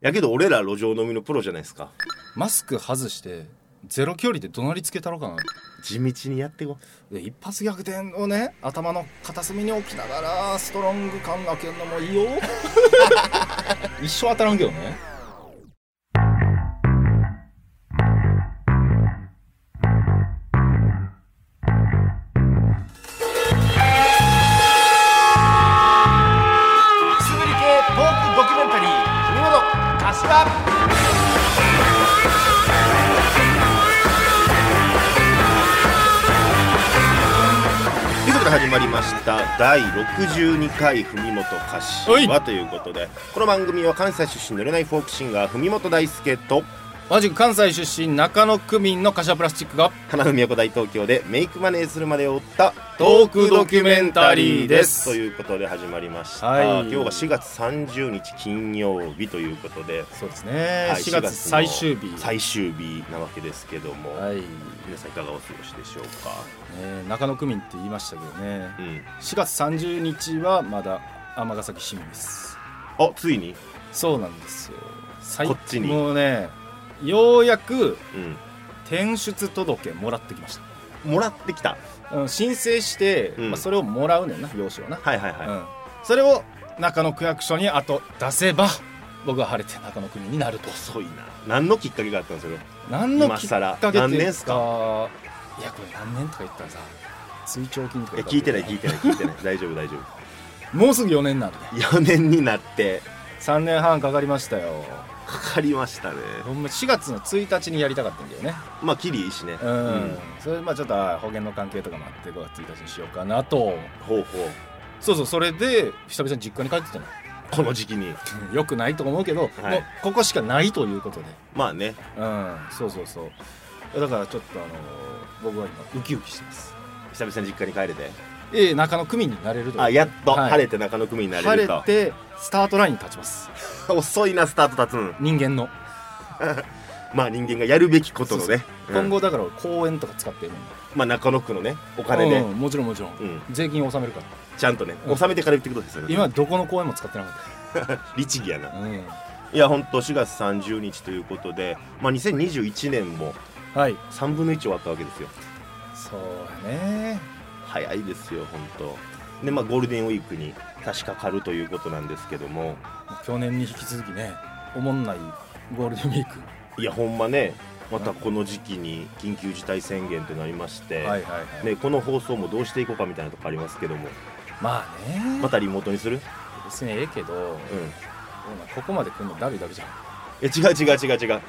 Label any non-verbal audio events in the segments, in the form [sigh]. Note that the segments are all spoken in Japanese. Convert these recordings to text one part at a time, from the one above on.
やけど俺ら路上飲みのプロじゃないですかマスク外してゼロ距離で怒鳴りつけたろかな地道にやってこで一発逆転をね頭の片隅に置きながらストロング感開けるのもいいよ [laughs] 一生当たらんけどねくすぶり系トークドキュメンタリー君の柏ということで始まりました第62回文元歌詞おはということでこの番組は関西出身のれないフォークシンガー文元大輔と同じく関西出身中野区民の柏プラスチックが花の都大東京でメイクマネーするまでを追ったトークドキュメンタリーですということで始まりました、はい今日が4月30日金曜日ということで、そうですね、はい4月の最終日最終日なわけですけども、はい、ね皆さんいかがお過ごしでしょうか、中野区民って言いましたけどねうん、 4月30日はまだ尼崎市民ですあついに、そうなんですよ最こっちにもうねようやくう転出届もらってきましたん、もらってきたうん申請して、うんまあ、それをもらうねんな用紙をな、はいはいはい、うん、それを中野区役所にあと出せば僕は晴れて中野区民になると遅いな何のきっかけがあったんですか何の今きっか更けっていうか何年っすいやこれ何年とか言ったらさ追徴金とかえ言ったら聞いてない聞いてない聞いてない [laughs] 大丈夫大丈もうすぐ4年になるね夫4年になって3年半かかりましたよかかりましたねほんま4月の1日にやりたかったんだよねまあキリいいしねうん、それまあちょっと保険の関係とかもあって5月1日にしようかなとほうほうそうそうそれで久々に実家に帰ってたのこの時期にうんよくないと思うけど、いもうここしかないということで、まあねうん、そうそうそうだからちょっとあのー僕は今ウキウキしてます久々に実家に帰れてええ中野組になれるとあやっとはい晴れて中野組にな晴れるれと、てスタートラインに立ちます遅いなスタート立つん人間の、まあ人間がやるべきことのね今後、後だから公園とか使ってるんだまあ中野区のねお金で、うんもちろんもちろん、うん税金を納めるからちゃんとねうん納めてから言ってくることですよね今どこの公園も使ってなかっ律儀やなた、うん、いやほんと4月30日ということで、まあ、2021年もはい3分の1終わったわけですよそうやね早いですよ本当でまあゴールデンウィークに差し掛かるということなんですけども去年に引き続きねおもんないゴールデンウィークいやほんまねまたこの時期に緊急事態宣言となりまして、はいはいはい、ね、この放送もどうしていこうかみたいなとこありますけどもまあねまたリモートにする別にええけど、うんここまで来るのだるいだけじゃんえ違う違う違う違う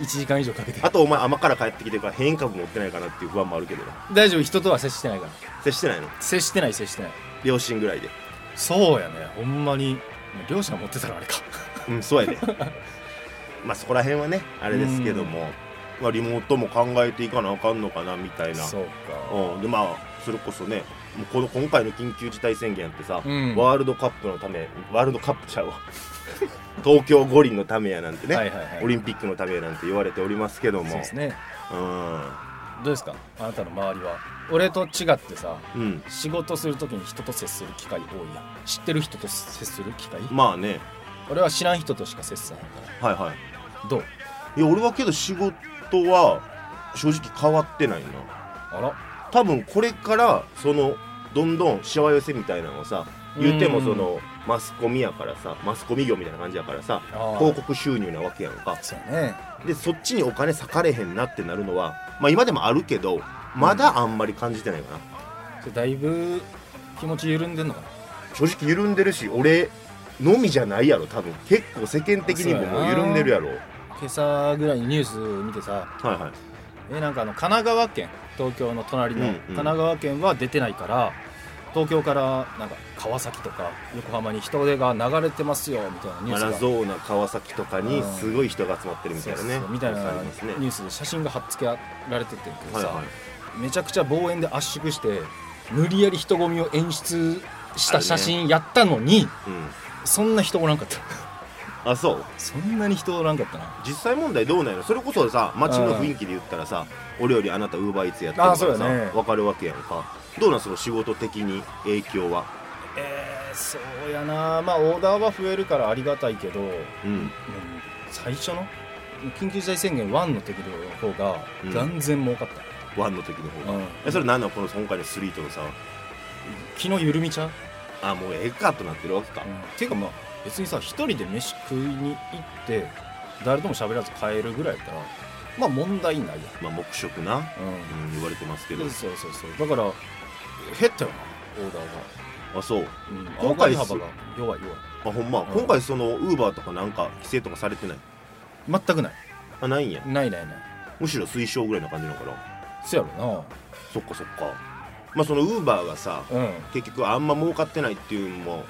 1時間以上かけてあとお前甘から帰ってきてるから変異株持ってないかなっていう不安もあるけどな大丈夫人とは接してないから接してないの接してない接してない両親ぐらいでそうやねほんまに両親持ってたらあれかうんそうや [laughs] でまあそこら辺はねあれですけども、まあ、リモートも考えていかなあかんのかなみたいなそううん、でまあそれこそねもうこの今回の緊急事態宣言ってさ、うんワールドカップのためワールドカップちゃうわ [laughs] 東京五輪のためやなんてね、はいはいはいオリンピックのためやなんて言われておりますけどもそうですねうん、どうですかあなたの周りは俺と違ってさうん、仕事するときに人と接する機会多いやん知ってる人と接する機会まあね俺は知らん人としか接さないかはいはいらどういや俺はけど仕事は正直変わってないなあら多分これからそのどんどんしわ寄せみたいなのをさ言ってもうんそのマスコミやからさマスコミ業みたいな感じやからさあー広告収入なわけやんかそうやねでそっちにお金割かれへんなってなるのは、まあ、今でもあるけどまだあんまり感じてないかな、それだいぶ気持ち緩んでんのかな正直緩んでるし俺のみじゃないやろ多分結構世間的にももう緩んでるやろ今朝ぐらいにニュース見てさはいはいえなんかあの神奈川県東京の隣のうんうん神奈川県は出てないから、東京からなんか川崎とか横浜に人手が流れてますよみたいなニューマスがラゾーナ川崎とかにうんすごい人が集まってるみたいなねそうそうみたいなありますねニュースで写真が貼っつけられててんけどはいさ、はいめちゃくちゃ望遠で圧縮して無理やり人混みを演出した写真やったのに、うんそんな人おらんかった [laughs] あそうそんなに人おらんかったな実際問題どうなんやろそれこそさ街の雰囲気で言ったらさ俺よりあなたウーバーイーツやってるからあそうさ、やね分かるわけやんかどうなんその仕事的に影響はえそうやなまあオーダーは増えるからありがたいけどもううん最初の緊急事態宣言1の時の方がうん断然儲かった、ワンの時の方が、うんえそれ何なのこの今回のスリーとのさ昨日緩みちゃう、あもうええかとなってるわけか、ていうかまあ別にさ一人で飯食いに行って誰とも喋らず帰るぐらいやったらまあ問題ないや、まあ黙食な、うんうんん、言われてますけどん、そうそうそうだから減ったよなオーダーが。あそううん、今回上がり幅が弱い弱いあほんま、うん今回そのウーバーとかなんか規制とかされてない全くないあないんやないないないむしろ推奨ぐらいな感じなのかなそやろそっかそっかまあそのウーバーがさなうん結局あんま儲かってないっていうのも、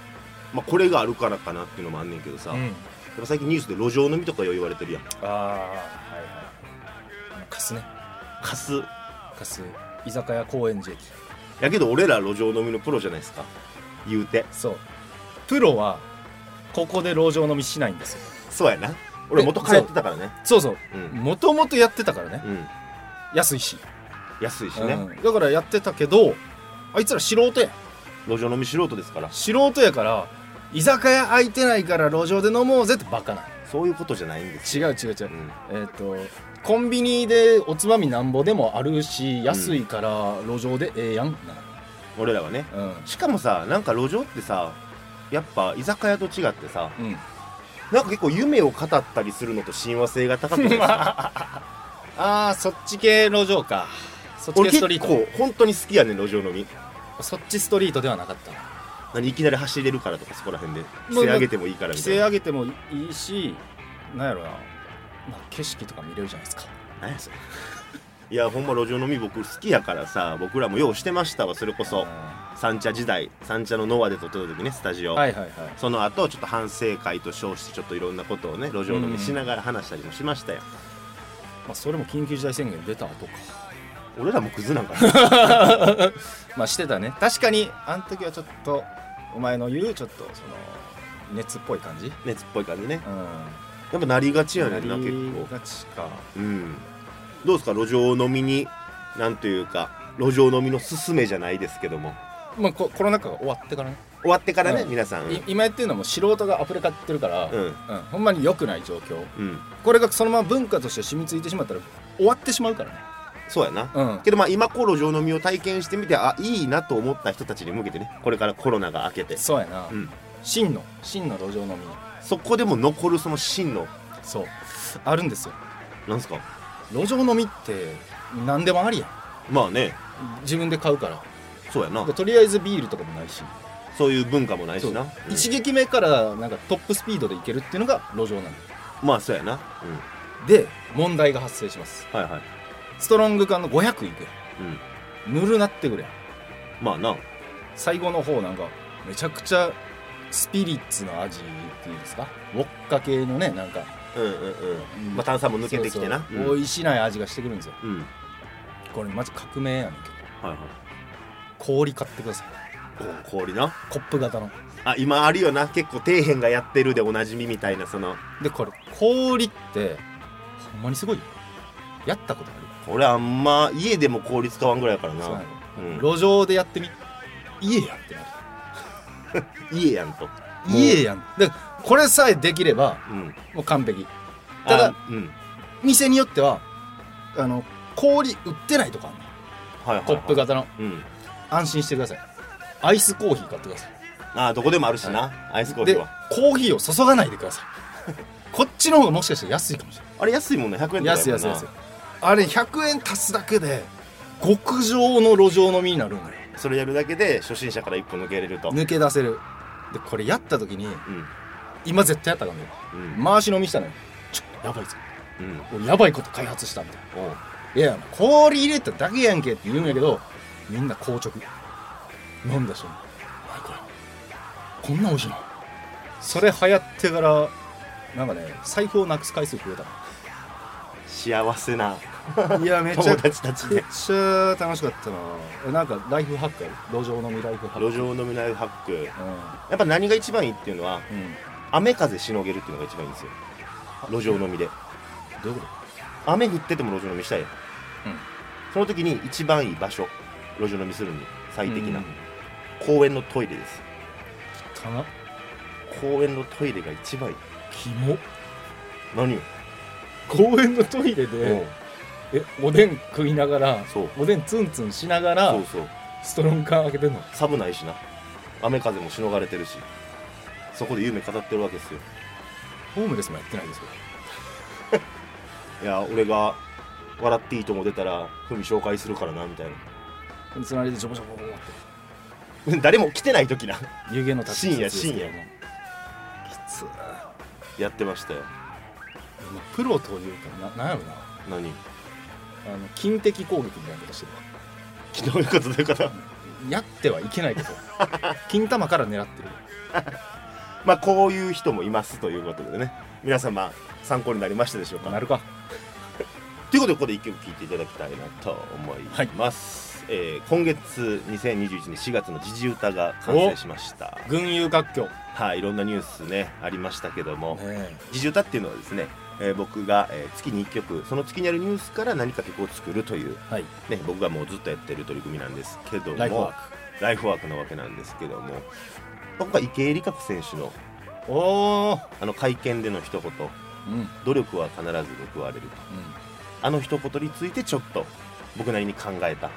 まあ、これがあるからかなっていうのもあんねんけどさ、うやっんぱ最近ニュースで路上飲みとかよう言われてるやんああはいはい貸すね貸す貸す居酒屋高円寺駅やけど俺ら路上飲みのプロじゃないですか言うてそうプロはここで路上飲みしないんですよそうやな俺元通ってたからねそうそううんもともとやってたからねうん安いし、安いしうね、んだからやってたけどあいつら素人や路上飲み素人ですから素人やから居酒屋空いてないから路上で飲もうぜってバカなそういうことじゃないんです違う違う違ううんえっ、とコンビニでおつまみなんぼでもあるし安いから路上でええやん俺らはねなうんしかもさなんか路上ってさやっぱ居酒屋と違ってさうんなんか結構夢を語ったりするのと親和性が高くないですかああそっち系路上かそっち俺系ストリ結ート構本当に好きやねん路上飲みそっちストリートではなかったな何いきなり走れるからとかそこら辺で規制上げてもいいからみ規たい制な上げてもいいしなんやろな、まあ、景色とか見れるじゃないですか何やそれいやほんま路上飲み僕好きやからさ僕らもようしてましたわそれこそは三茶時代三茶のノアで撮ってた時ねスタジいオ、はいはいその後ちょっと反省会と称してちょっといろんなことをね路上飲みしながら話したりもしましたよ、まあそれも緊急事態宣言出た後か俺らもクズなんかなまあしてたね確かにあの時はちょっとお前の言うちょっとその熱っぽい感じ熱っぽい感じ [laughs] ねうんやっぱなりがちやねんなり結構がちかうんどうですか路上飲みになんというか路上飲みの勧めじゃないですけどもまあココロナ禍が終わってからね、終わってからね、うん皆さんい今やってるのはもう素人が溢れかってるから、ううんんほんまに良くない状況うんこれがそのまま文化として染みついてしまったら終わってしまうからねそうやな、うんけどまあ今こう路上飲みを体験してみてあいいなと思った人たちに向けてねこれからコロナが明けて、そうやな、うん、真の真の路上飲みそこでも残るその真のそうあるんですよなんすか路上飲みって何でもありやまあねん自分で買うからそうやなでとりあえずビールとかもないしそういう文化もないしな、そううん一撃目からなんかトップスピードでいけるっていうのが路上なのまあそうやな、で問題が発生しますうん、はいはい、ストロング缶の500いくやうん、んぬるなってくれやんまあな最後の方なんかめちゃくちゃスピリッツの味っていうんですかウォッカ系のねなんかうんうんうん、うんまあ炭酸も抜けてきてなそうそううん美味しない味がしてくるんですようんはこれマジ革命やねんけどいはい氷買ってくださいこ氷なコップ型のあ今あるよな結構底辺がやってるでおなじみみたいなそのでこれ氷ってほんまにすごいよやったことある俺あんま家でも氷使わんぐらいやからなそうなのうん路上でやってみ家やんってなる家やんともう家やんでこれさえできればうんもう完璧ただあうん店によってはあの氷売ってないとかあんのはいはいはいコップ型のうん安心してくださいアイスコーヒー買ってくださいあどこでもあるしな、アイスコーヒーではコーヒーを注がないでくだ [laughs] さいこっちの方がもしかしたら安いかもしれあれ安いもんね100円とかなやい安いもん安いな安いあれ100円足すだけで極上の路上飲みになるんだよそれやるだけで初心者から一歩抜けれると抜け出せるでこれやった時にうん今絶対やったらあかんねうん回し飲みしたのよちょやばいぞうん俺やばいこと開発したみたいおうないや氷入れただけやんけって言うんやけどみんな硬直飲んだ瞬間何これこんな美味しいのそれ流行ってからなんかね財布をなくす回数増えた幸せなの [laughs] いやめ友達たちめでっちゃ楽しかったなえなんかライフハックやる路上飲みライフハック路上飲みないハックやっぱ何が一番いいっていうのはうん、うん、雨風しのげるっていうのが一番いいんですよ路上飲みでどういうこ雨降ってても路上飲みしたいやん、うんその時に一番いい場所路上飲みするにと最適な、公園のトイレですうんかな公園のトイレが一番いいキモ何よ、公園のトイレでえおでん食いながらそうおでんツンツンしながそらうそうストロン缶開けてんの寒ないしな雨風もしのがれてるしそこで夢語ってるわけですよホームレスもやってないですよいや俺が「笑っていいとも」出たらふみ紹介するからなみたいつなりでジョボジョボジョボってな [laughs] 誰も来てない時な湯気の立ち位置ですけども深夜深きつーやってましたよまあプロというかななんやろな何 [laughs] あの金的攻撃みたいなことしてる昨日よかったよかったやってはいけないけど金玉から狙ってるまあこういう人もいますということでね皆様参考になりましたでしょうかなるかということでここで一曲聴いていただきたいなと思います、えー今月2021年4月の時事歌が完成しました群雄割拠ねはい、いろんなニュースねありましたけどもえ時事歌っていうのはですね、えー僕が、えー月に1曲その月にあるニュースから何か曲を作るという、はいね、僕がもうずっとやってる取り組みなんですけどもライフワーライフワークなわけなんですけども僕は池江璃花子選手のクおおあの会見での一言うんうん努力は必ず報われるとあの一言についてちょっと僕なりに考えた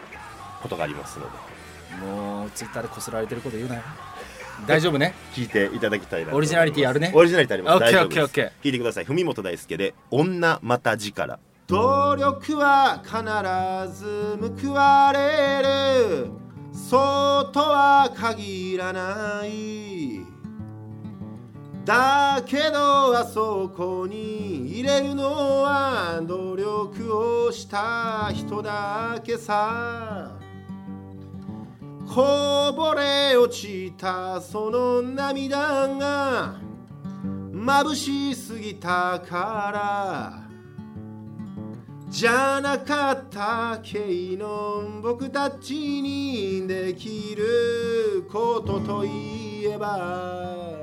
ことがありますのでもうツイッターでこすられてること言うなよ大丈夫ね聞いていただきたいなと思いますオリジナリティあるねオリジナリティありますオッケー大丈夫ですオッケーオッケ聞いてください文本大輔で女また力努力は必ず報われるそうとは限らないだけどあそこに入れるのは努力をした人だけさこぼれ落ちたその涙が眩しすぎたからじゃなかったけの僕たちにできることといえば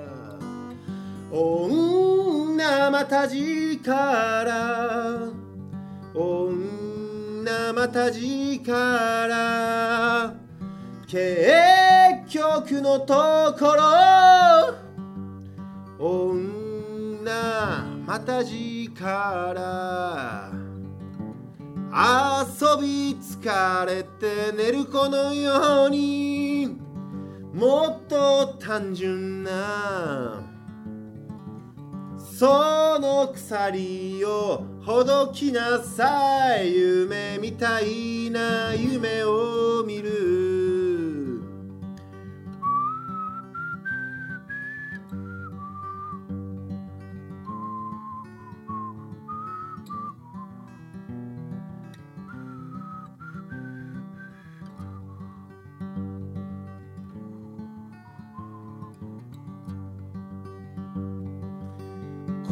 女また力女また力結局のところ女また力遊び疲れて寝る子のようにもっと単純なその鎖をほどきなさい夢みたいな夢を見る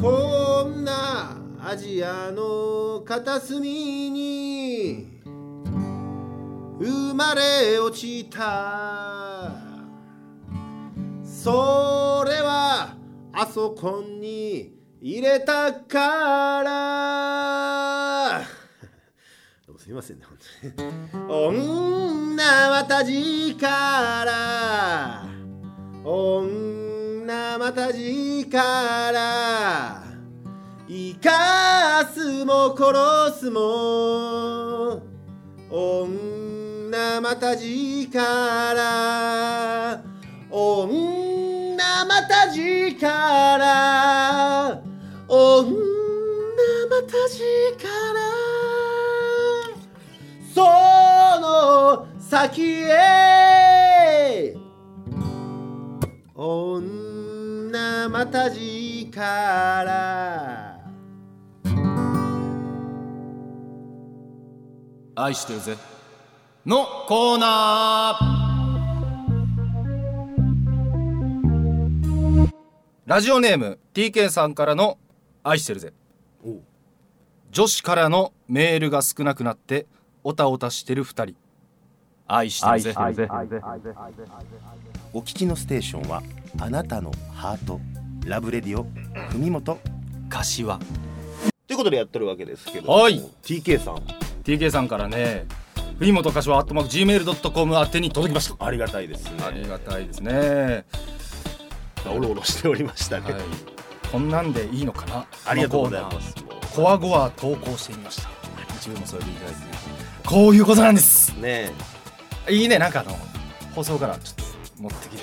こんなアジアの片隅に生まれ落ちたそれはあそこに入れたからどうもすみませんね本当に女はたじから女また力生かすも殺すも女また力女また力女また力その先へ女また力愛してるぜのコーナーラジオネーム TK さんからの「愛してるぜおう」女子からのメールが少なくなっておたおたしてる2人愛してるぜお聞きのステーションはあなたのハートラブレディオ文元柏ということでやってるわけですけどはい TK さん TK さんからね藤本柏アットマーク Gmail.com 宛てに届きましたありがたいですねありがたいですね。おろおろしておりましたね、はい、こんなんでいいのかなありがとうございますもうこわごわ投稿してみました一部もそれでいただいてこういうことなんですねえいいねなんかあの放送からちょっと持ってきて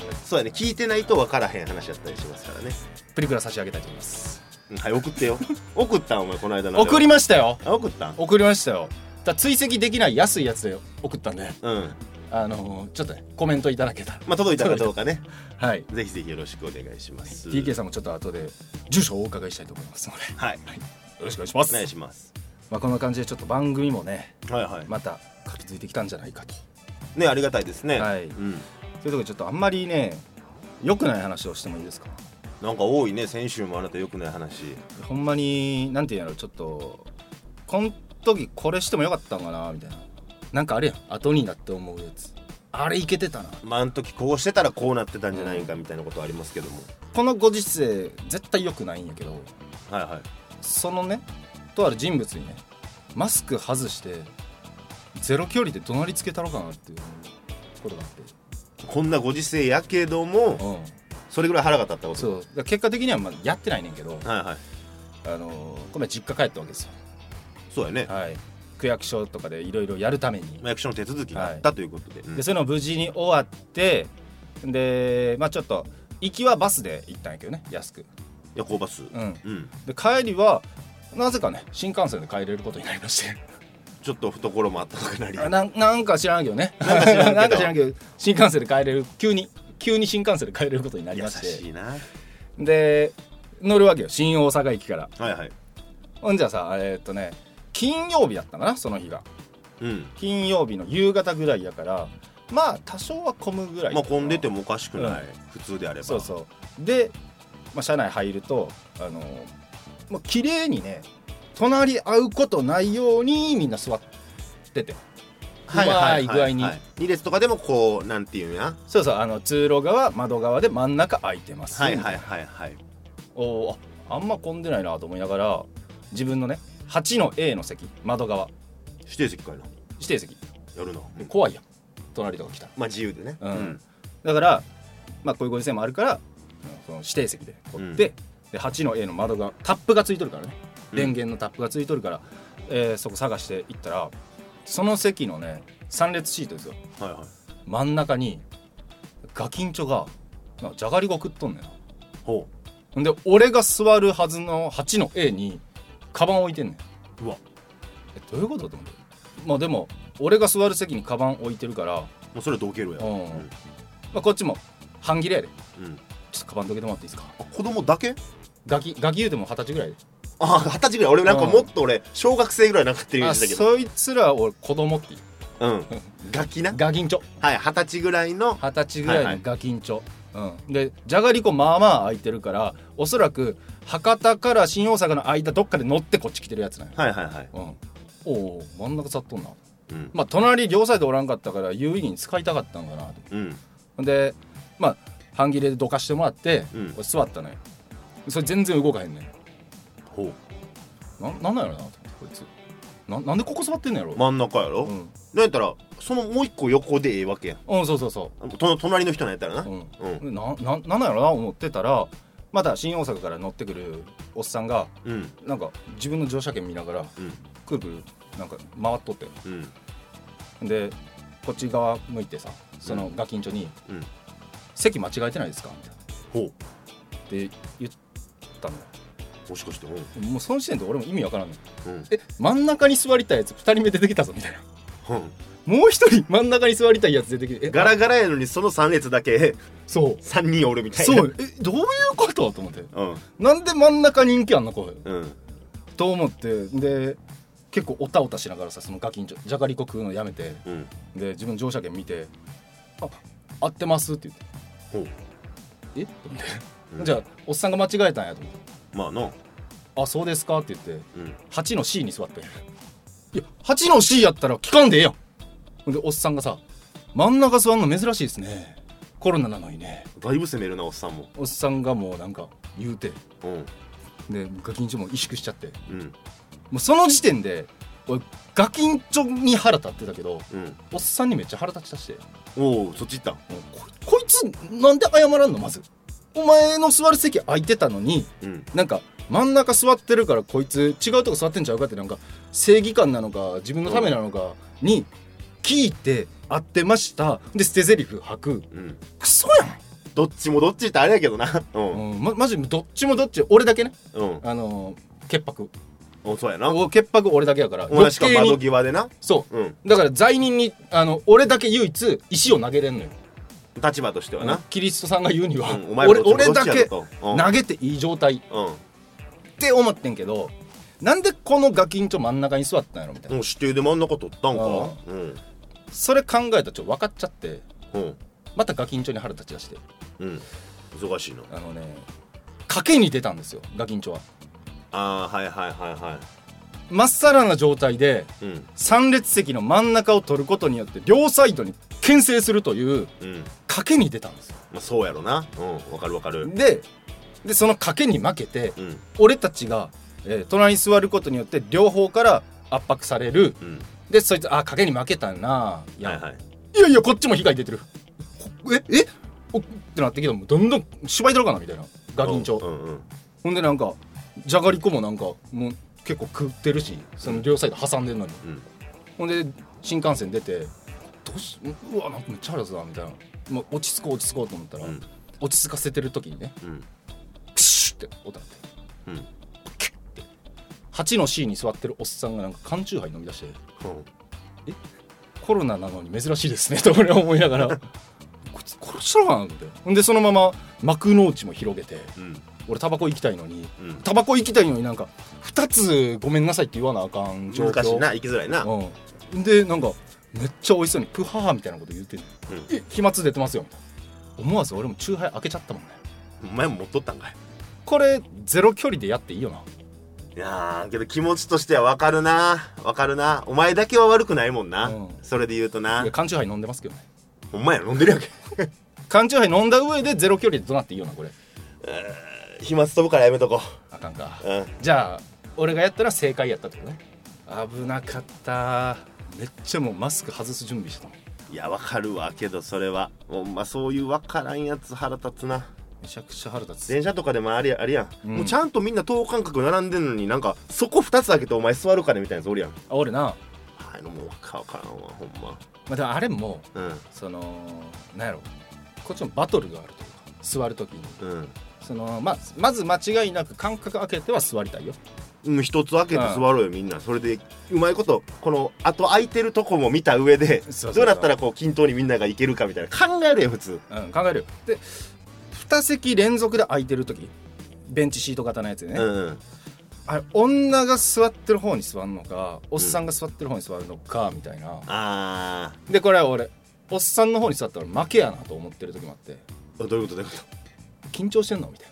くださそうやね聞いてないと分からへん話だったりしますからね、いプリクラ差し上げたいと思いますうんはい送って [laughs] よ送ったんお前この間の送りましたよあ送ったん送りましたよだ追跡できない安いやつで送ったんでうんあのちょっとねコメントいただけたらまあ届いたかどうかねはいぜひぜひよろしくお願いします TK さんもちょっと後で住所をお伺いしたいと思いますのではいよろしくお願いしまおす願いしますまあ、こんな感じでちょっと番組もねはいはい、また活気づいてきたんじゃないかとねありがたいですねはいうんそういうとこちょっとあんまりね良くない話をしてもいいですかなんか多いね先週もあなたよくない話ほんまになんて言うんやろちょっとこん時これしてもよかったんかなみたいななんかあれやん後になって思うやつあれいけてたなまああの時こうしてたらこうなってたんじゃないかみたいなことありますけども、このご時世絶対良くないんやけどはいはいそのねとある人物にねマスク外してゼロ距離で怒鳴りつけたろかなっていうことがあってこんなご時世やけどもうんそれぐらい腹が立ったことそうだから結果的にはまあやってないねんけどはいはいあのーこの前実家帰ったわけですよそうやね、はい区役所とかでいろいろやるためにまあ役所の手続きがあったということで,うん、でそういうのを無事に終わってでまあちょっと行きはバスで行ったんやけどね安く夜行バス、うんうん、で帰りはなぜかね新幹線で帰れることになりましてちょっと懐もあったかなりあなんなんか知らんけどねなんか知らんけどなんか知らんけど新幹線で帰れる急に急に新幹線で帰れることになり優まししていなで乗るわけよ新大阪駅からはいはいほんじゃさえーっとね金曜日だったかなその日がうん金曜日の夕方ぐらいやからまあ多少は混むぐらいまあ混んでてももおかしくない、う普通であればそうそうで、まあ、車内入るとあのもう綺麗にね隣り合うことないようにみんな座っててはいはいはうまい具合はに2列とかでもこうなんていうんやそうそうあの通路側窓側で真ん中空いてます、はいはいはいはいおーああんま混んでないなと思いながら自分のね8の A の席窓側指定席かいな指定席やるな、怖いやん隣とか来たらまあ自由でねうんだから、まあ、こういうご時世もあるからその指定席で取って、で8の A の窓がタップがついとるからね、うん電源のタップがついとるから、えーそこ探して行ったらその席のね3列シートですよはいはい真ん中にガキンチョがなんかじゃがりこ食っとんねんなほほんで俺が座るはずの8の A にカバン置いてんねんううわえどういうことと思ってまあでも俺が座る席にカバン置いてるから、まもうそれはどけるやうんあ、こっちも半切れやでうんうんちょっとカバンどけてもらっていいですかあ子供だけガキガキ言うても二十歳ぐらいであ二十歳ぐらい俺なんかうんもっと俺小学生ぐらいなんかってるイメーあジだけどそいつら俺子供っていううんガキなガキンチョはい二十歳ぐらいの二十歳ぐらはいいはのガキンチョ、うん、でじゃがりこまあまあ空いてるからおそらく博多から新大阪の間どっかで乗ってこっち来てるやつなんや、はいはいはいうん、おお真ん中座っとんなうんまあ隣両サイドおらんかったから有意義に使いたかったんかなとうんほんでまあ半切れでどかしてもらって、うん俺座ったのよそれ全然動かへんねほうんなんなんなんやろなと思ってこいつななんでここ座ってんのやろ、真ん中やろ、うなんん、やったらそのもう一個横でええわけやんうん、そうそうそと隣の人なんやったらなう、うん、うんなななんなんやろな思ってたらまた新大阪から乗ってくるおっさんがうんなんか自分の乗車券見ながらうんくるくるなんか回っとってうんでこっち側向いてさそのガキンチョに「うん席間違えてないですか?」みたいなほうって言ったのよもしかしてうんもうその時点で俺も意味わからんのようんえ真ん中に座りたいやつ2人目出てきたぞみたいなうんもう一人真ん中に座りたいやつ出てきてえガラガラやのにその3列だけ [laughs] そう3人おるみたいなそうえどういうことと思ってうんなんで真ん中人気あんのこれうんと思ってで結構おたおたしながらさそのガキンチョじゃがりこ食うのやめてうんで自分乗車券見て「あ合ってます」ってほ言うって「えっ?」と思って、うんじゃあおっさんが間違えたんやと思ってまあな「あそうですか」って言ってうん8の C に座っていや8の C やったら聞かんでええやんほんでおっさんがさ「真ん中座んの珍しいですねコロナなのにねだいぶ攻めるなおっさんも」おっさんがもうなんか言うてうんでガキンチョも萎縮しちゃってうんもうその時点で俺ガキンチョに腹立ってたけどうんおっさんにめっちゃ腹立ちたしておおそっち行ったんもうここいつなんで謝らんのまずお前の座る席空いてたのにうんなんか真ん中座ってるからこいつ違うとこ座ってんちゃうかってなんか正義感なのか自分のためなのかに聞いて合ってましたで捨て台詞吐くうんクソどっちもどっちってあれやけどなうやん、んうん、まマジどっちもどっち俺だけねうんあのー潔白おそうやなお潔白俺だけやから同じか余計に窓際でなそうんうだから罪人にあの俺だけ唯一石を投げれんのよ立場としてはなキリストさんが言うには、うんお前らど俺っちも俺どっだちやけろとうん投げていい状態っうんて思ってんけどなんでこのガキンチョ真ん中に座ったんやろみたいなもう指定で真ん中取ったんかうんそれ考えたらちょっと分かっちゃってうんまたガキンチョに腹立ち出してうん忙しいのあのね賭けに出たんですよガキンチョはああはいはいはいはまっさらな状態でいうん三列席の真ん中を取ることによって両サイドに牽制するといううん賭けに出たんですよまあそうやろなうんわかるわかるででその賭けに負けてうん俺たちが、えー隣に座ることによって両方から圧迫されるうんでそいつあ賭けに負けたなあやはんいはいいやいやこっちも被害出てるこええおってなってきたもうどんどん芝居だろうかなみたいなガキンチョ、うんうんほんでなんかじゃがりこもなんかもう結構食ってるしその両サイド挟んでるのにうんほんで新幹線出てどうしうわなんかめっちゃ腹立つなみたいな、まあ、落ち着こう落ち着こうと思ったら、うん落ち着かせてる時にねうんプシュって音鳴ってうんうん8の C に座ってるおっさんがなんか缶チューハイ飲み出してコロナなのに珍しいですねと [laughs] 俺は思いながらこいつ殺したのかなってほんでそのまま幕の内も広げてうん俺タバコ行きたいのにうんタバコ行きたいのになんか2つごめんなさいって言わなあかん状況難しいな行きづらいなうん、でなんかめっちゃ美味しそうにプハーみたいなこと言ってんの、うんえ飛沫出てますよみたいな思わず俺もチューハイ開けちゃったもんねお前も持っとったんかいこれゼロ距離でやっていいよないやーけど気持ちとしてはわかるなわかるなお前だけは悪くないもんな、うんそれで言うとないや缶チューハイ飲んでますけどねお前飲んでるやんけ缶チューハイ飲んだ上でゼロ距離でどうなっていいよなこれ飛沫飛ぶからやめとこあかんかううんじゃあ俺がやったら正解やったってことね危なかっためっちゃもうマスク外す準備してたもんいやわかるわけどそれはほんまそういうわからんやつ腹立つなめちゃくちゃ腹立つ電車とかでもありやありやん、うんもうちゃんとみんな等間隔並んでんのになんかそこ2つ開けてお前座るかねみたいなやつおるやんあ俺な、まああいうのもうわかわからんわほんまあ、でもあれもうそのなんやろこっちもバトルがあるというか座る時にんうんそのまあまず間違いなく間隔空けては座りたいようん一つ開けて座ろうよみんなそれでうまいことこのあと空いてるとこも見た上でそうそうそうどうなったらこう均等にみんながいけるかみたいな考えるよ普通うん考えるよで2席連続で空いてる時ベンチシート型のやつでね、うんうんあれ女が座ってる方に座るのかおっさんが座ってる方に座るのかみたいな、あでこれは俺おっさんの方に座ったら負けやなと思ってる時もあってーどういうことどういうこと緊張してんのみたい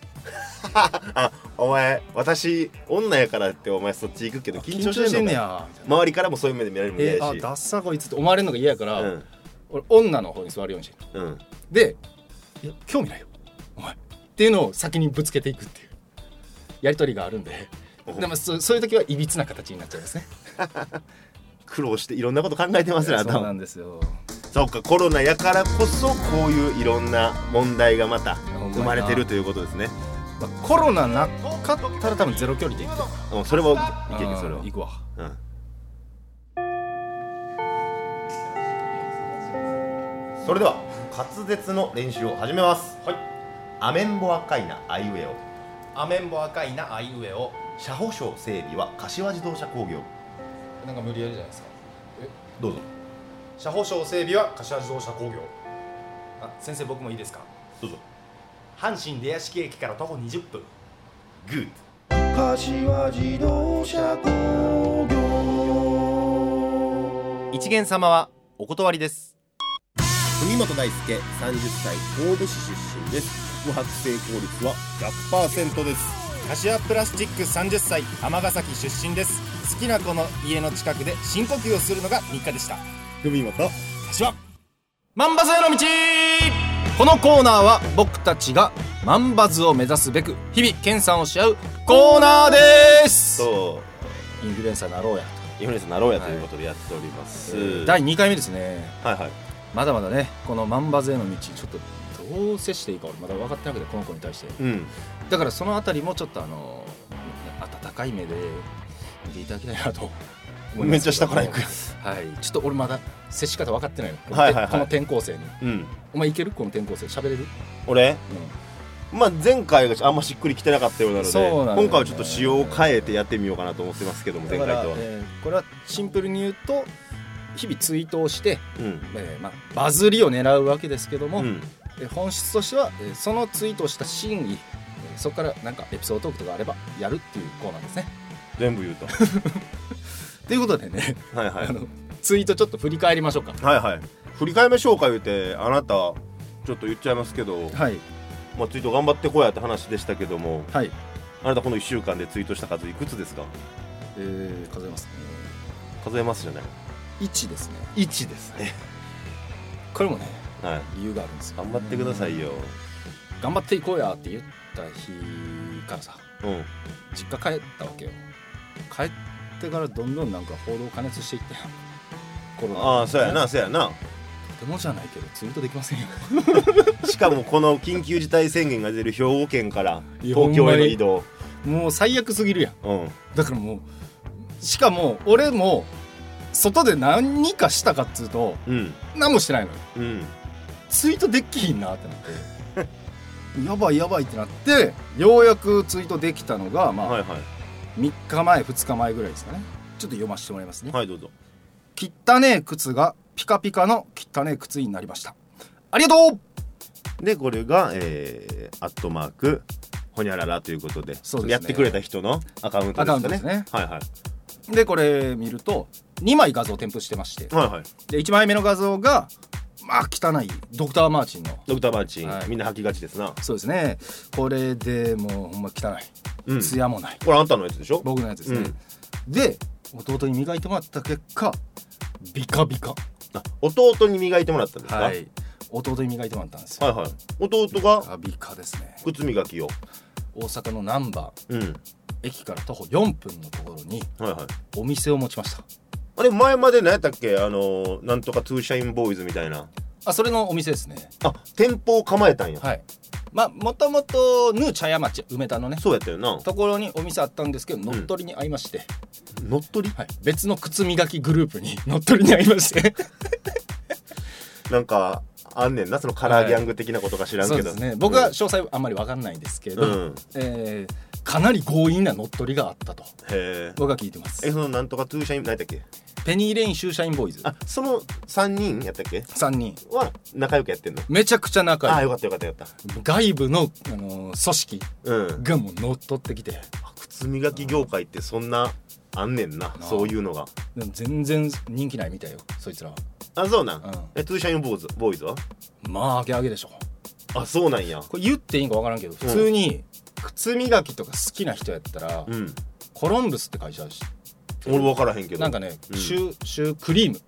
なあお前私女やからってお前そっち行くけど緊張してんねのかやみたいな周りからもそういう目で見られるのも嫌えー、やあし、ダッサこいつって思われるのが嫌やから、うん俺女の方に座るようにしてるうんでいや興味ないよお前っていうのを先にぶつけていくっていうやり取りがあるんでおでもそそういう時はいびつな形になっちゃいますね苦労していろんなこと考えてますねそうな頭んですよそうかコロナやからこそこういういろんな問題がまたやほんまやな生まれてるということですねまあコロナなかったら多分ゼロ距離でいけるうんそれもいけいけそれは行くわうんそれでは滑舌の練習を始めますはいアメンボ赤いなアイウェオアメンボ赤いなあいうえを車保証整備は柏自動車工業なんか無理やりじゃないですかどうぞ車保証整備は柏自動車工業あ先生僕もいいですかどうぞ阪神出屋敷駅から徒歩20分グッ柏自動車工業一元様はお断りです文本大輔30歳神戸市出身です琥珀成功率は100%です柏プラスチック30歳尼崎出身です好きな子の家の近くで深呼吸をするのが日課でした文本柏万バズへの道このコーナーは僕たちが万バズを目指すべく日々研鑽をし合うコーナーですそインフルエンサーなろうやうインフルエンスになろうやということでやっております、第2回目ですねはいはいまだまだねこの万バズへの道ちょっとどう接していいか俺まだ分かってなくてこの子に対してうんだからそのあたりもちょっとあの温かい目で見ていただきたいなと思いますけどもめっちゃ下から行くやはいちょっと俺まだ接し方分かってないのこの,、はいはいはいこの転校生にうんお前いけるこの転校生喋れる、俺うまあ前回があんましっくりきてなかったようなのでそうなんだよね今回はちょっと仕様を変えてやってみようかなと思ってますけどもん前回とは、えーこれはシンプルに言うと日々ツイートをして、うんえーまあ、バズりを狙うわけですけども、うんえー本質としては、えーそのツイートをした真意えーそこからなんかエピソードトークとかあればやるっていうコーナーですね。全部言うとということでね、 [laughs] [laughs] はいはいあのツイートちょっと振り返りましょうか。はいはい振り返りましょうか言うてあなたちょっと言っちゃいますけど、はいまあ、ツイート頑張ってこうやって話でしたけどもはい、あなたこの1週間でツイートした数いくつですかえー、数えますね。数えますじゃない1ですね。 1ですね [laughs] これもねはい理由があるんですよ。頑張ってくださいよ頑張っていこうやって言った日からさうん実家帰ったわけよ。帰ってからどんどんなんか報道加熱していったよ。コロナああそうやなそうやなとてもじゃないけどツイートできませんよ。しかもこの緊急事態宣言が出る兵庫県からいや東京への移動もう最悪すぎるやん。うんだからもうしかも俺も外で何かしたかっつうとうん何もしてないのようんツイートできひんなってなって [laughs] やばいやばいってなってようやくツイートできたのが、まあはいはい3日前2日前ぐらいですかねちょっと読ませてもらいますね、はいどうぞ汚ねえ靴がピカピカの汚ねえ靴になりましたありがとうでこれがえー、アットマークほにゃららということでそうですねやってくれた人のアカウントアでカウすンかトでねすねはいはいでこれ見ると2枚画像添付してましてはいはいで1枚目の画像がまあ汚いドクター・マーチンのドクターマーチン、はいみんな吐きがちですなそうですねこれでもうほんま汚いうんツヤもない、これあんたのやつでしょ僕のやつですね、で弟に磨いてもらった結果ビカビカあ弟に磨いてもらったんですか、はい弟に磨いてもらったんですよはいはい弟があビカですね靴磨きを大阪の難波うん駅から徒歩4分のところにはいはいお店を持ちましたあれ前まで何やったっけあのーなんとかツーシャインボーイズみたいなあそれのお店ですねあ店舗を構えたんや、はいまあもともとヌー茶屋町梅田のねそうやったよなところにお店あったんですけど乗っ取りに会いまして、乗っ取りはい、別の靴磨きグループに乗っ取りに会いましてなんかあんねんなそのカラーギャング的なことか知らんそうけでど、すね僕は詳細はあんまり分かんないんですけど、うんえーかなり強引な乗っ取りがあったとへえ僕は聞いてまえすそのなんとかツーシャイン何やったっけペニーレインシューシャインボーイズあその3人やったっけ3人は仲良くやってんの、めちゃくちゃ仲あ良いよかったよかったよかっ外部の、あのー組織たうんがもう乗っ取ってきてあ靴磨き業界ってそんなあんねんなあそういうのがでも全然人気ないみたいよそいつらはあそうなん、うんえツーシャインボーイズボーイズはまあアゲアゲでしょあそうなんやこれ言っていいんか分からんけど普通に靴磨きとか好きな人やったら、うんコロンブスって会社だし俺分からへんけどなんかね、うんシューシュークリーム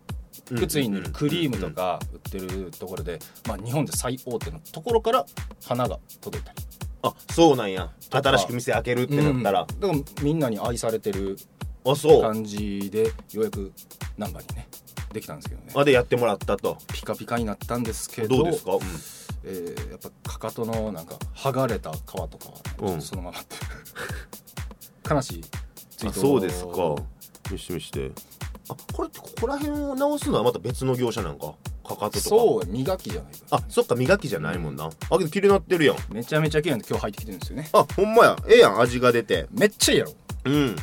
うん靴に塗るクリームとか売ってるところで、まあ、日本で最大手のところから花が届いたりあそうなんや新しく店開けるってなったら、うんだからみんなに愛されてるあそう感じでようやくナンバーにねできたんですけどねあでやってもらったとピカピカになったんですけどどうですか、うんえーやっぱかかとのなんか剥がれた皮とかはねちうんょっとそのままって [laughs] 悲しいツイーあトそうですか見して見してあこれってここら辺を直すのはまた別の業者なんかかかととかそう磨きじゃないかあそっか磨きじゃないもんなあけど綺麗になってるやんめちゃめちゃ綺麗なんで今日入ってきてるんですよねあほんまやええやん味が出てめっちゃいいやろうん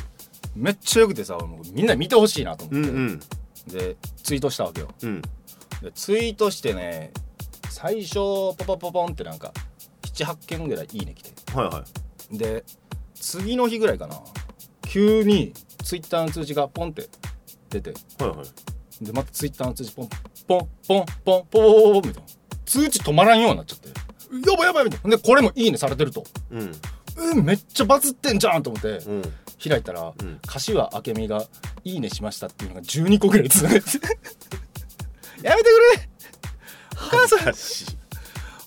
めっちゃよくてさもうみんな見てほしいなと思ってう、んうんでツイートしたわけようんでツイートしてね最初ポポポポンってなんか78件ぐらいいいね来てはいはいで次の日ぐらいかな急にツイッターの通知がポンって出てはいはいでまたツイッターの通知ポンポンポンポンポンポンポンポンみたいな通知止まらんようになっちゃってやばいやばいみたいなでこれもいいねされてるとうんうんめっちゃバズってんじゃんと思ってうん開いたらうん柏明美が「いいねしました」っていうのが12個ぐらい続いてて [laughs] やめてくれお母さん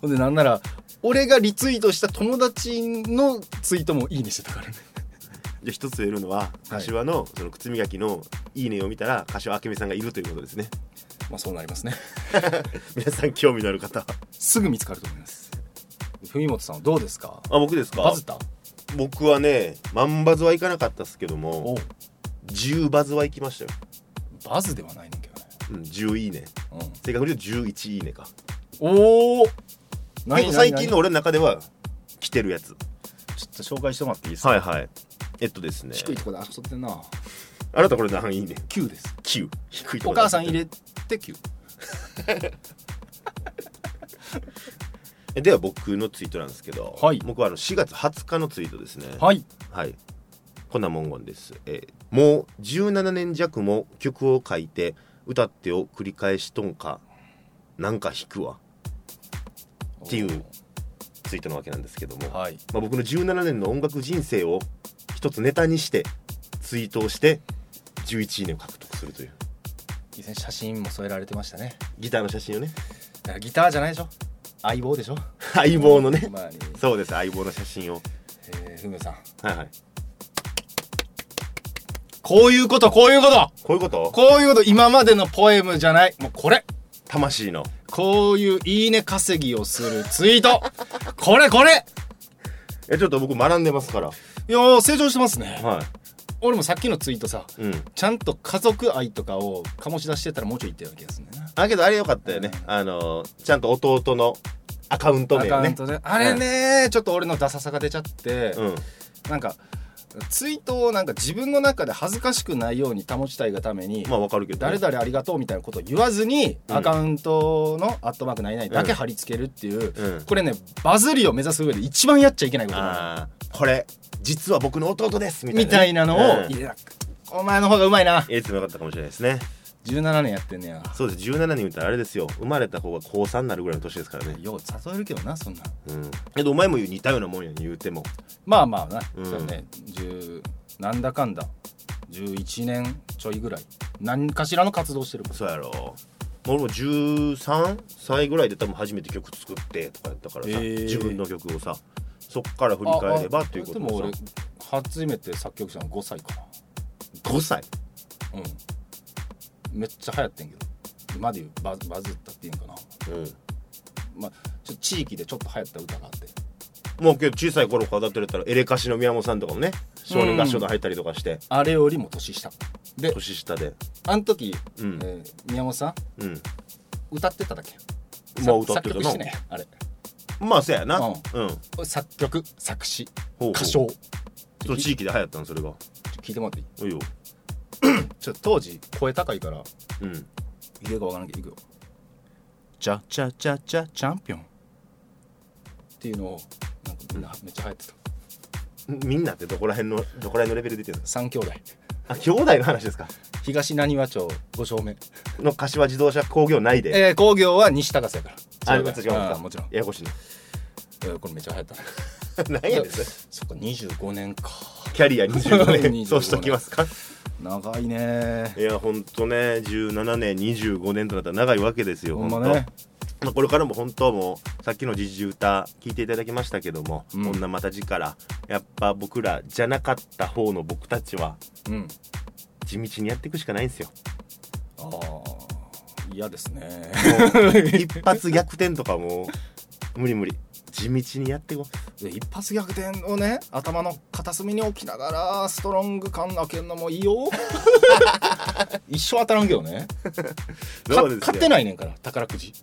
ほんでなんなら俺がリツイートした友達のツイートも「いいね」してたからねじゃあ一つ言えるのは柏のその靴磨きの「いいね」を見たら柏明美さんがいるということですね [laughs] まあそうなりますね皆さん興味のある方はすぐ見つかると思います文本さんはどうですかあ僕ですかバズった僕はね万バズはいかなかったですけどもお10バズは行きましたよ、バズではないねんけどねうん、10いいね正確に言うと11いいねかうんおお結構最近の俺の中では来てるやつちょっと紹介してもらっていいですか、はいはいえっとですね低いところで遊んでんなあなたこれ何いいね9です9低いとおころで母さん入れて9えでは僕のツイートなんですけど、はい僕はあの4月20日のツイートですねはいはい、こんな文言です、えーもう17年弱も曲を書いて歌ってを繰り返しとんかなんか弾くわっていうツイートなわけなんですけども、はいまあ、僕の17年の音楽人生を一つネタにしてツイートをして11位年を獲得するという以前写真も添えられてましたねギターの写真をね [laughs] だからギターじゃないでしょ相棒でしょ相棒のねまあねそうです相棒の写真をえーふみさんはいはいこういうことこういうことこういうことこういうこと今までのポエムじゃないもうこれ魂のこういういいね稼ぎをするツイートこれこれえちょっと僕学んでますからいやー成長してますねは俺もさっきのツイートさいうんちゃんと家族愛とかを醸し出してたらもうちょいいってるわけですねあけどあれよかったよね、あのちゃんと弟のアカウント名をねねあれね、ちょっと俺のダサさが出ちゃって、うんなんかツイートをなんか自分の中で恥ずかしくないように保ちたいがために、まあわかるけど、誰々ありがとうみたいなことを言わずに、うんアカウントの「アットマークないない」だけ貼り付けるっていう、うんこれねバズりを目指す上で一番やっちゃいけないことなのあーこれ実は僕の弟ですみたいなね、みたいなのうを、んいやお前の方がうまいなええつもよかったかもしれないですね17年やってんねやそうです17人見たらあれですよ生まれた子が高3になるぐらいの年ですからねよう誘えるけどなそんなんうんけどお前も言う似たようなもんやん言うてもまあまあな、うんそうね10なんだかんだ11年ちょいぐらい何かしらの活動してるもんそうやろ俺も13歳ぐらいで多分初めて曲作ってとかやったからさ、えー自分の曲をさそっから振り返ればっていうことでもを俺さ初めて作曲したの5歳か5歳なうんめっちゃ流行ってんけど今で言うバズバズったっていうんかな、うんまあ、ちょ地域でちょっと流行った歌があってもうけど小さい頃からだってれたらエレカシの宮本さんとかもね少年合唱団入ったりとかして、あれよりも年下で年下であの時、うんえー宮本さんうん歌ってただけまあさ歌ってた作曲なしてねあれまあそうやなううんん、作曲作詞ほうほう歌唱そう地域で流行ったのそれが聞いてもらっていいおいよちょっと当時声高いからうんいけるかわからんけどいくよチャチャチャチャチャンピオンっていうのをなんかみんなめっちゃ流行ってたみんなってどこら辺のどこら辺のレベルで出てるんです三兄弟かあ兄弟の話ですか東なにわ町5勝目の柏自動車工業内でえー、工業は西高瀬やからあ違う違う違うあーもちろん、えややこしいーこれめっちゃ流行ったなな [laughs] 何やねんそれそっか25年かキャリア25 [laughs] 25年そうしときますか長いねいやほんとね17年25年となったら長いわけですよほほんんまと、ねまあ、これからも本当もうさっきの時事歌聞いていただきましたけども、うんこんなまた字からやっぱ僕らじゃなかった方の僕たちはうん地道にやっていくしかないんですよああ嫌ですね [laughs] もう一発逆転とかもう無理無理地道にやっていこで一発逆転をね頭の片隅に置きながらストロング感開けんのもい [laughs] いよ一生当たらんけどねうそうです勝よってないねんから宝くじ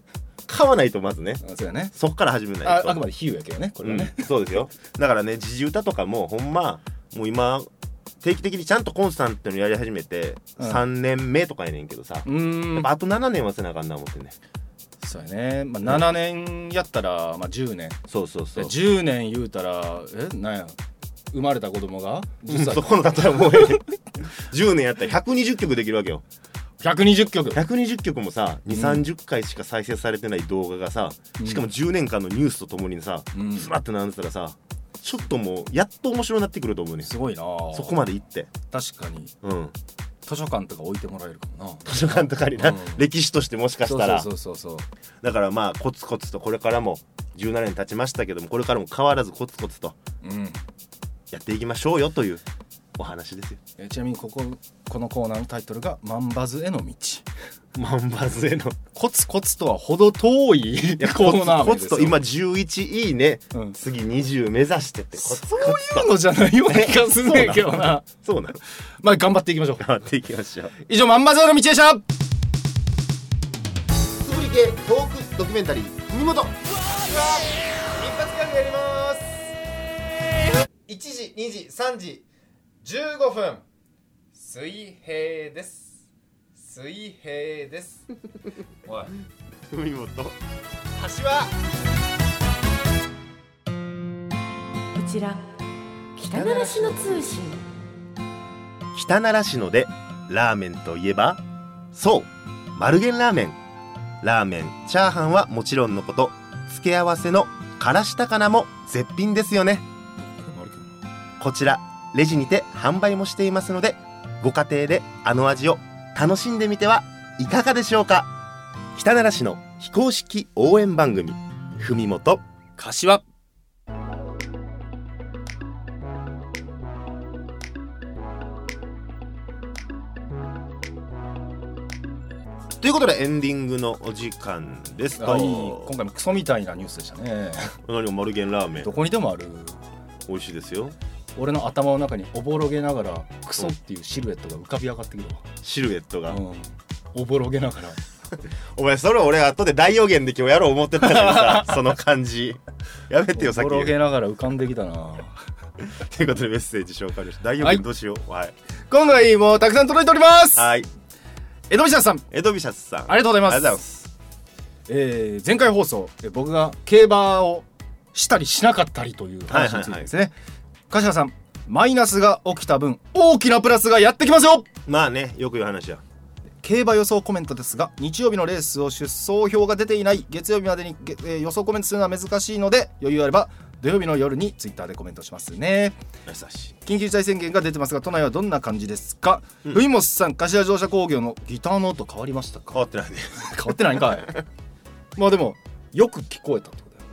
買わないとまずねあそうやねそっから始めないあとあくまで比喩やけどねこれはね、うん、そうですよだからね時事歌とかもほんまもう今定期的にちゃんとコンスタントにやり始めてうん3年目とかやねんけどさ、うーんやっぱあと7年はせなあかんな思ってねそうやね、まあ、7年やったら、まあ、10年そうそうそうで10年言うたらえなんや生まれた子供が10 [laughs] 歳そこの例えはもうええ10年やったら120曲できるわけよ120曲120曲もさ2う3 0回しか再生されてない動画がさしかも10年間のニュースとともにさうんずらって並んでたらさちょっともうやっと面白になってくると思うねんすごいなそこまでいって確かにうん図書館とか置いてもらえるかもな図書館とかにな、うん歴史としてもしかしたらそうそうそうそうだからまあコツコツとこれからも17年経ちましたけどもこれからも変わらずコツコツとそううんやっていきましょうよというお話ですよえちなみにこここのコーナーのタイトルが「マンバズへの道」マンバズへのコツコツとは程遠いコーナー名コですツよと今11いいね、うん次20目指してってコツそういうのじゃないような気がすんねんけどなそうなの [laughs] まあ頑張っていきましょうやっていきましょう以上「マンバズへの道」でしたつぶり系トークドキュメンタリー国本一発ギャグやります1時2時3時15分水平です水平ですおい国本橋はこちら北鳴らしの通信北奈良市のでラーメンといえばそう丸源ラーメンラーメンチャーハンはもちろんのこと付け合わせのからし高菜も絶品ですよねこちらレジにて販売もしていますのでご家庭であの味を楽しんでみてはいかがでしょうか北奈良市の非公式応援番組「文元柏ということでエンディングのお時間ですとはい今回もクソみたいなニュースでしたね何も丸源ラーメンどこにでもある美味しいですよ俺の頭の中におぼろげながらクソっていうシルエットが浮かび上がってくるわシルエットが、うん、おぼろげながらお前それ俺後で大予言で今日やろう思ってたのに [laughs] さその感じやめてよお先ぼろにげながら浮かんできたなということでメッセージ紹介です大予言どうしようはい今回もたくさん届いておりますはい江戸美沙さんエドビシャスさんありがとうございますありがとうございますえー前回放送え僕が競馬をしたりしなかったりという話についてですね、柏さんマイナスが起きた分大きなプラスがやってきますよまあねよく言う話や競馬予想コメントですが日曜日のレースを出走表が出ていない月曜日までに、げえー予想コメントするのは難しいので余裕あれば土曜日の夜にツイッターでコメントしますね優しい緊急事態宣言が出てますが都内はどんな感じですか文本、さん柏自動車工業のギターの音変わりましたか [laughs] 変わってないね [laughs] 変わってないんかいまあでもよく聞こえたってことだ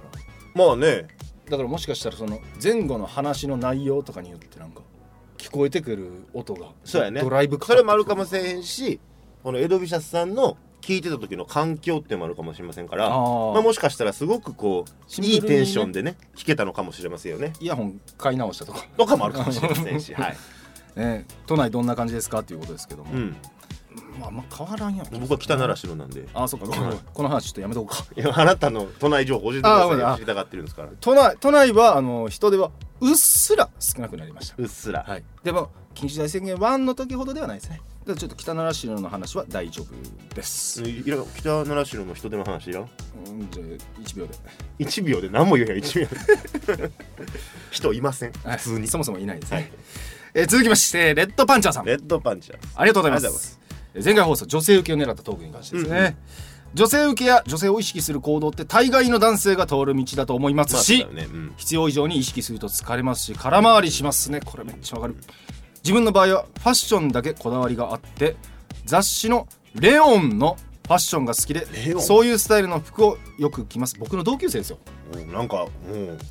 からまあねだからもしかしたらその前後の話の内容とかによってなんか聞こえてくる音がそうやねドライブかそかっれてくるもあるかもしれへんしこのエドビシャスさんの聞いてた時の環境っていうのもあるかもしれませんからあーまあ、もしかしたらすごくこシう、ンいプルにいねテンションでね聞けたのかもしれませんよねイヤホン買い直したとか、とか [laughs] もあるかもしれませんしはい、ね、都内どんな感じですかっていうことですけども、うん、まああんま変わらんやん僕は北奈良市のなんであそうかごめんごめんこの話ちょっとやめとこうかいやあなたの都内情報教えてくあごめんだなさい知りたがってるんですから都内都内はあの人出はうっすら少なくなりましたうっすら、はいでも緊急事態宣言1の時ほどではないですねだからちょっと北奈良市の話は大丈夫です、い、いろ北奈良市の人手の話いらんうん、じゃあ1秒で1秒で何も言えへん1秒で [laughs] 人いませんはい普通にそもそもいないですね、えー続きましてレッドパンチャーさんレッドパンチャーありがとうござありがとういま。ございます前回放送女性受けを狙ったトークに関してですね、女性受けや女性を意識する行動って大概の男性が通る道だと思いますまあし、そうだよねうん必要以上に意識すると疲れますし空回りしますねこれめっちゃわかる自分の場合はファッションだけこだわりがあって雑誌の「レオン」のファッションが好きでレオンそういうスタイルの服をよく着ます僕の同級生ですようんなんかも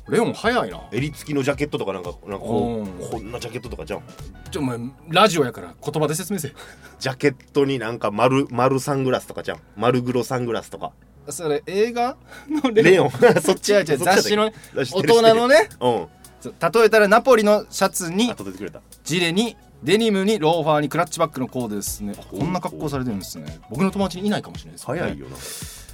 うレオン早いな襟付きのジャケットとかなんかなんかこおうーこんなジャケットとかじゃんちょお前ラジオやから言葉で説明せえジャケットになんか丸丸サングラスとかじゃん丸黒サングラスとかそれ映 [laughs] 画のレ [laughs] オンそっち違う違うそっちだ雑誌のね雑誌大人のねうんそう例えたらナポリのシャツにあと出てくれたジレにデニムにローファーにクラッチバックのコーデですねあこんな格好されてるんですね僕の友達にいないかもしれないです、ね、早いよな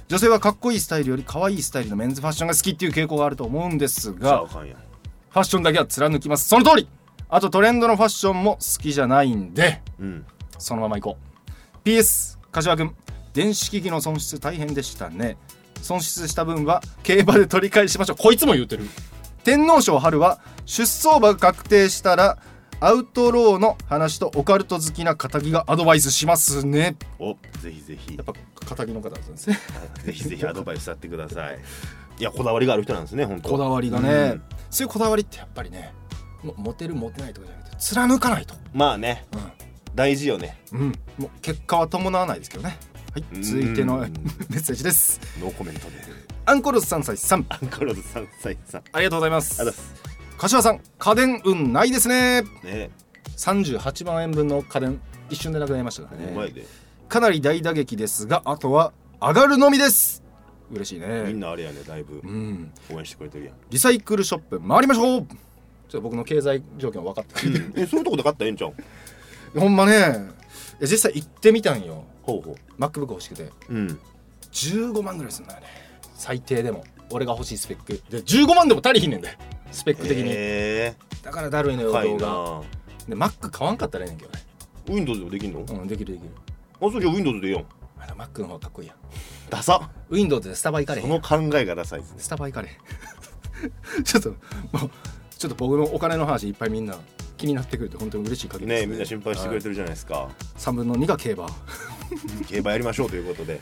女性はかっこいいスタイルより可愛いスタイルのメンズファッションが好きっていう傾向があると思うんですじゃああがフかんやんァッションだけは貫きますその通りあとトレンドのファッションも好きじゃないんでうんそのまま行こう PS 柏君電子機器の損失大変でしたね損失した分は競馬で取り返しましょうこいつも言うてる天皇賞春は出走馬が確定したらアウトローの話とオカルト好きな片木がアドバイスしますねおぜひぜひやっぱ片木の方なんですねぜひぜひアドバイスさってください。いやこだわりがある人なんですね本当。こだわりがね、うんそういうこだわりってやっぱりねもモテるモテないとかじゃなくて貫かないと、まあね大事よね。うん、もう結果は伴わないですけどねはい続いてのうメんッセージですノーコメントで。アンコルス3歳さんアンコロズさんさんさん。ありがとうございますあざっす柏さん家電運ないですねね38万円分の家電一瞬でなくなりましたからうねまいでかなり大打撃ですがあとは上がるのみです嬉しいみんねなあれやねだいぶうん応援してくれてるやんリサイクルショップ回りましょうちょっと僕の経済状況分かってないえそういうとこで買ったらええんちゃう [laughs] ほんまねいや実際行ってみたんよほうほ MacBook 欲しくてううん15万ぐらいすんだよね最低でも俺が欲しいスペックで15万でも足りひんねんでスペック的に、えだからだるいのえよかい動画なで Mac 買わんかったらええねんけどね Windows でもできんのうんできるできるあそうじゃあ Windows でええやんまだ Mac の方がかっこいいやんダサ Windows でスタバ行かれへそんの考えがダサいですねスタバ行かれへん [laughs] ちょっともうちょっと僕のお金の話いっぱいみんな気になってくると本当に嬉しい限りですねえみんな心配してくれてるじゃないですか3分の2が競馬 [laughs] 競馬やりましょうということで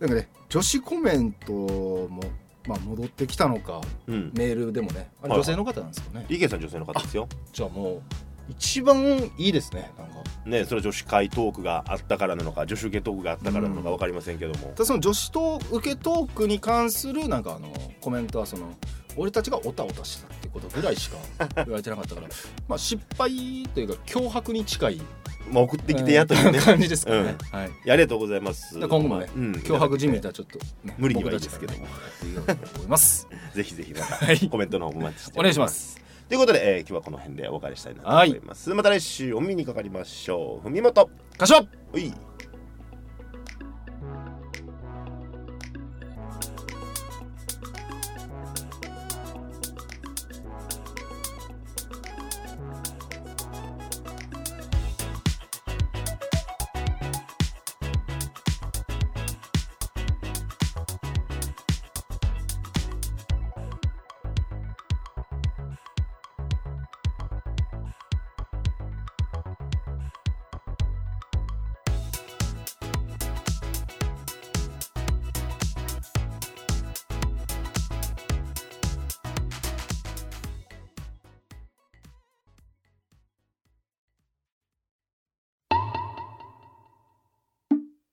なんかね女子コメントもまあ戻ってきたのかうんメールでもねあれはい女性の方なんですかね、池さん女性の方ですよじゃあもう一番いいですねなんかねえそれは女子会トークがあったからなのか女子受けトークがあったからなのか分かりませんけどもただその女子と受けトークに関するなんかあのコメントはその俺たちがオタオタしたってことぐらいしか言われてな [laughs] かったからまあ失敗というか脅迫に近いまあ送ってきてやというねえー感じですかね、はいいやありがとうございます今後もね、うん脅迫じみたらちょっと、ね、無理には僕たちからねやっていこうと思いますぜひぜひまいたコメントの方お待ちしてお願いしますということで、えー今日はこの辺でお別れしたいなと思います、また来週お耳にかかりましょう文元 [laughs] 柏おい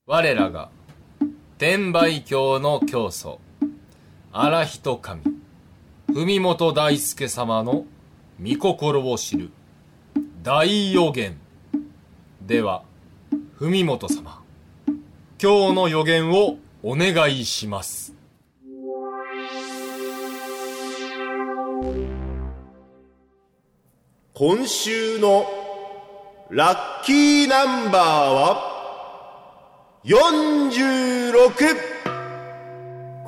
我らが天売教の教祖荒人神文本大輔様の御心を知る大予言では文本様今日の予言をお願いします今週のラッキーナンバーは46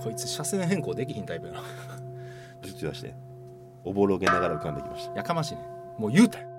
こいつ車線変更できひんタイプやなちょっと出しておぼろげながら浮かんできましたやかましいねもう言うたよ